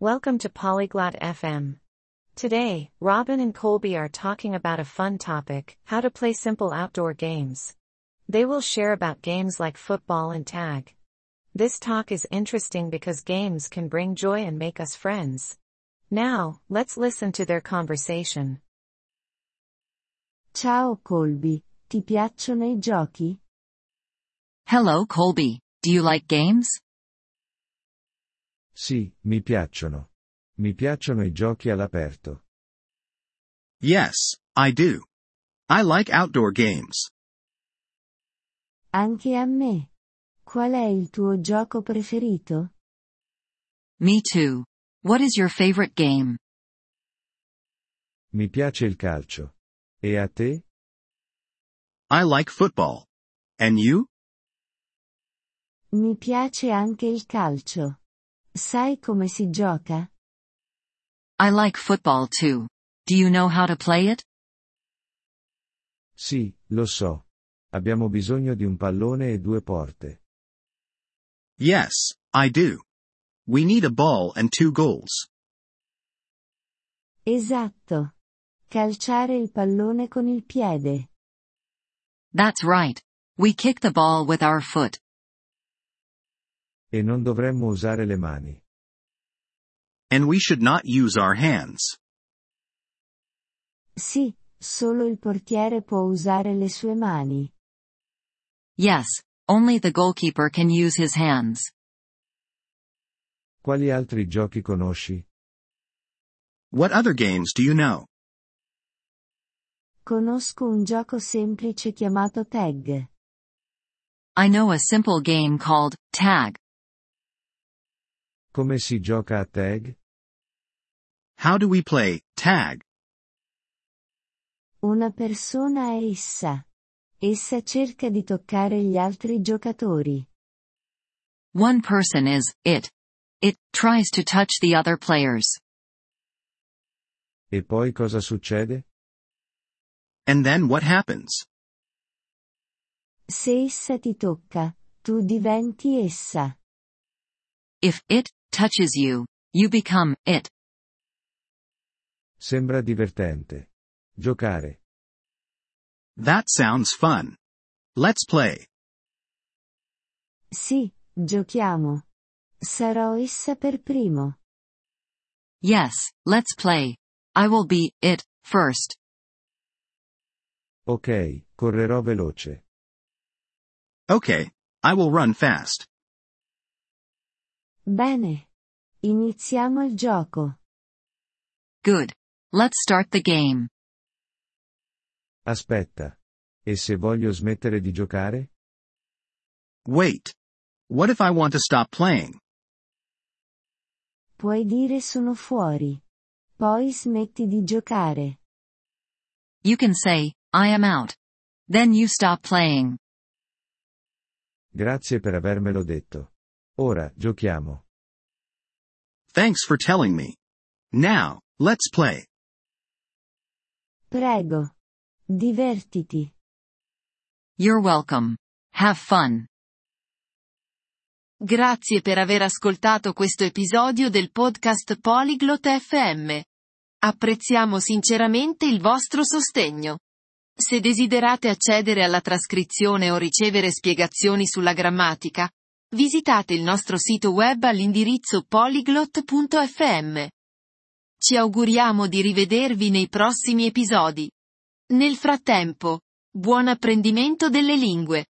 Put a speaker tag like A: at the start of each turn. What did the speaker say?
A: Welcome to Polyglot FM. Today, Robin and Colby are talking about a fun topic how to play simple outdoor games. They will share about games like football and tag. This talk is interesting because games can bring joy and make us friends. Now, let's listen to their conversation.
B: Ciao Colby, ti piacciono i giochi?
C: Hello Colby, do you like games?
D: Sì, mi piacciono. Mi piacciono i giochi all'aperto.
E: Yes, I do. I like outdoor games.
B: Anche a me. Qual è il tuo gioco preferito?
C: Me too. What is your favorite game?
D: Mi piace il calcio. E a te?
E: I like football. And you?
B: Mi piace anche il calcio. Sai come si gioca?
C: I like football too. Do you know how to play it?
D: Sì, lo so. Abbiamo bisogno di un pallone e due porte.
E: Yes, I do. We need a ball and two goals.
B: Esatto. Calciare il pallone con il piede.
C: That's right. We kick the ball with our foot.
D: E non dovremmo usare le mani.
E: And we should not use our hands.
B: Sì, solo il portiere può usare le sue mani.
C: Yes, only the goalkeeper can use his hands.
D: Quali altri giochi conosci?
E: What other games do you know?
B: Conosco un gioco semplice chiamato tag.
C: I know a simple game called tag.
D: Come si gioca a tag?
E: How do we play tag?
B: Una persona è essa. Essa cerca di toccare gli altri giocatori.
C: One person is it. It tries to touch the other players.
D: E poi cosa succede?
E: And then what happens?
B: Se essa ti tocca, tu diventi essa.
C: If it touches you, you become it.
D: Sembra divertente. Giocare.
E: That sounds fun. Let's play.
B: Sì, giochiamo. Sarò essa per primo.
C: Yes, let's play. I will be it first.
D: Ok, correrò veloce.
E: Okay, I will run fast.
B: Bene. Iniziamo il gioco.
C: Good. Let's start the game.
D: Aspetta. E se voglio smettere di giocare?
E: Wait. What if I want to stop playing?
B: Puoi dire sono fuori. Poi smetti di giocare.
C: You can say, I am out. Then you stop playing.
D: Grazie per avermelo detto. Ora, giochiamo.
E: Thanks for telling me. Now, let's play.
B: Prego. Divertiti.
C: You're welcome. Have fun.
F: Grazie per aver ascoltato questo episodio del podcast Polyglot FM. Apprezziamo sinceramente il vostro sostegno. Se desiderate accedere alla trascrizione o ricevere spiegazioni sulla grammatica, visitate il nostro sito web all'indirizzo polyglot.fm. Ci auguriamo di rivedervi nei prossimi episodi. Nel frattempo, buon apprendimento delle lingue.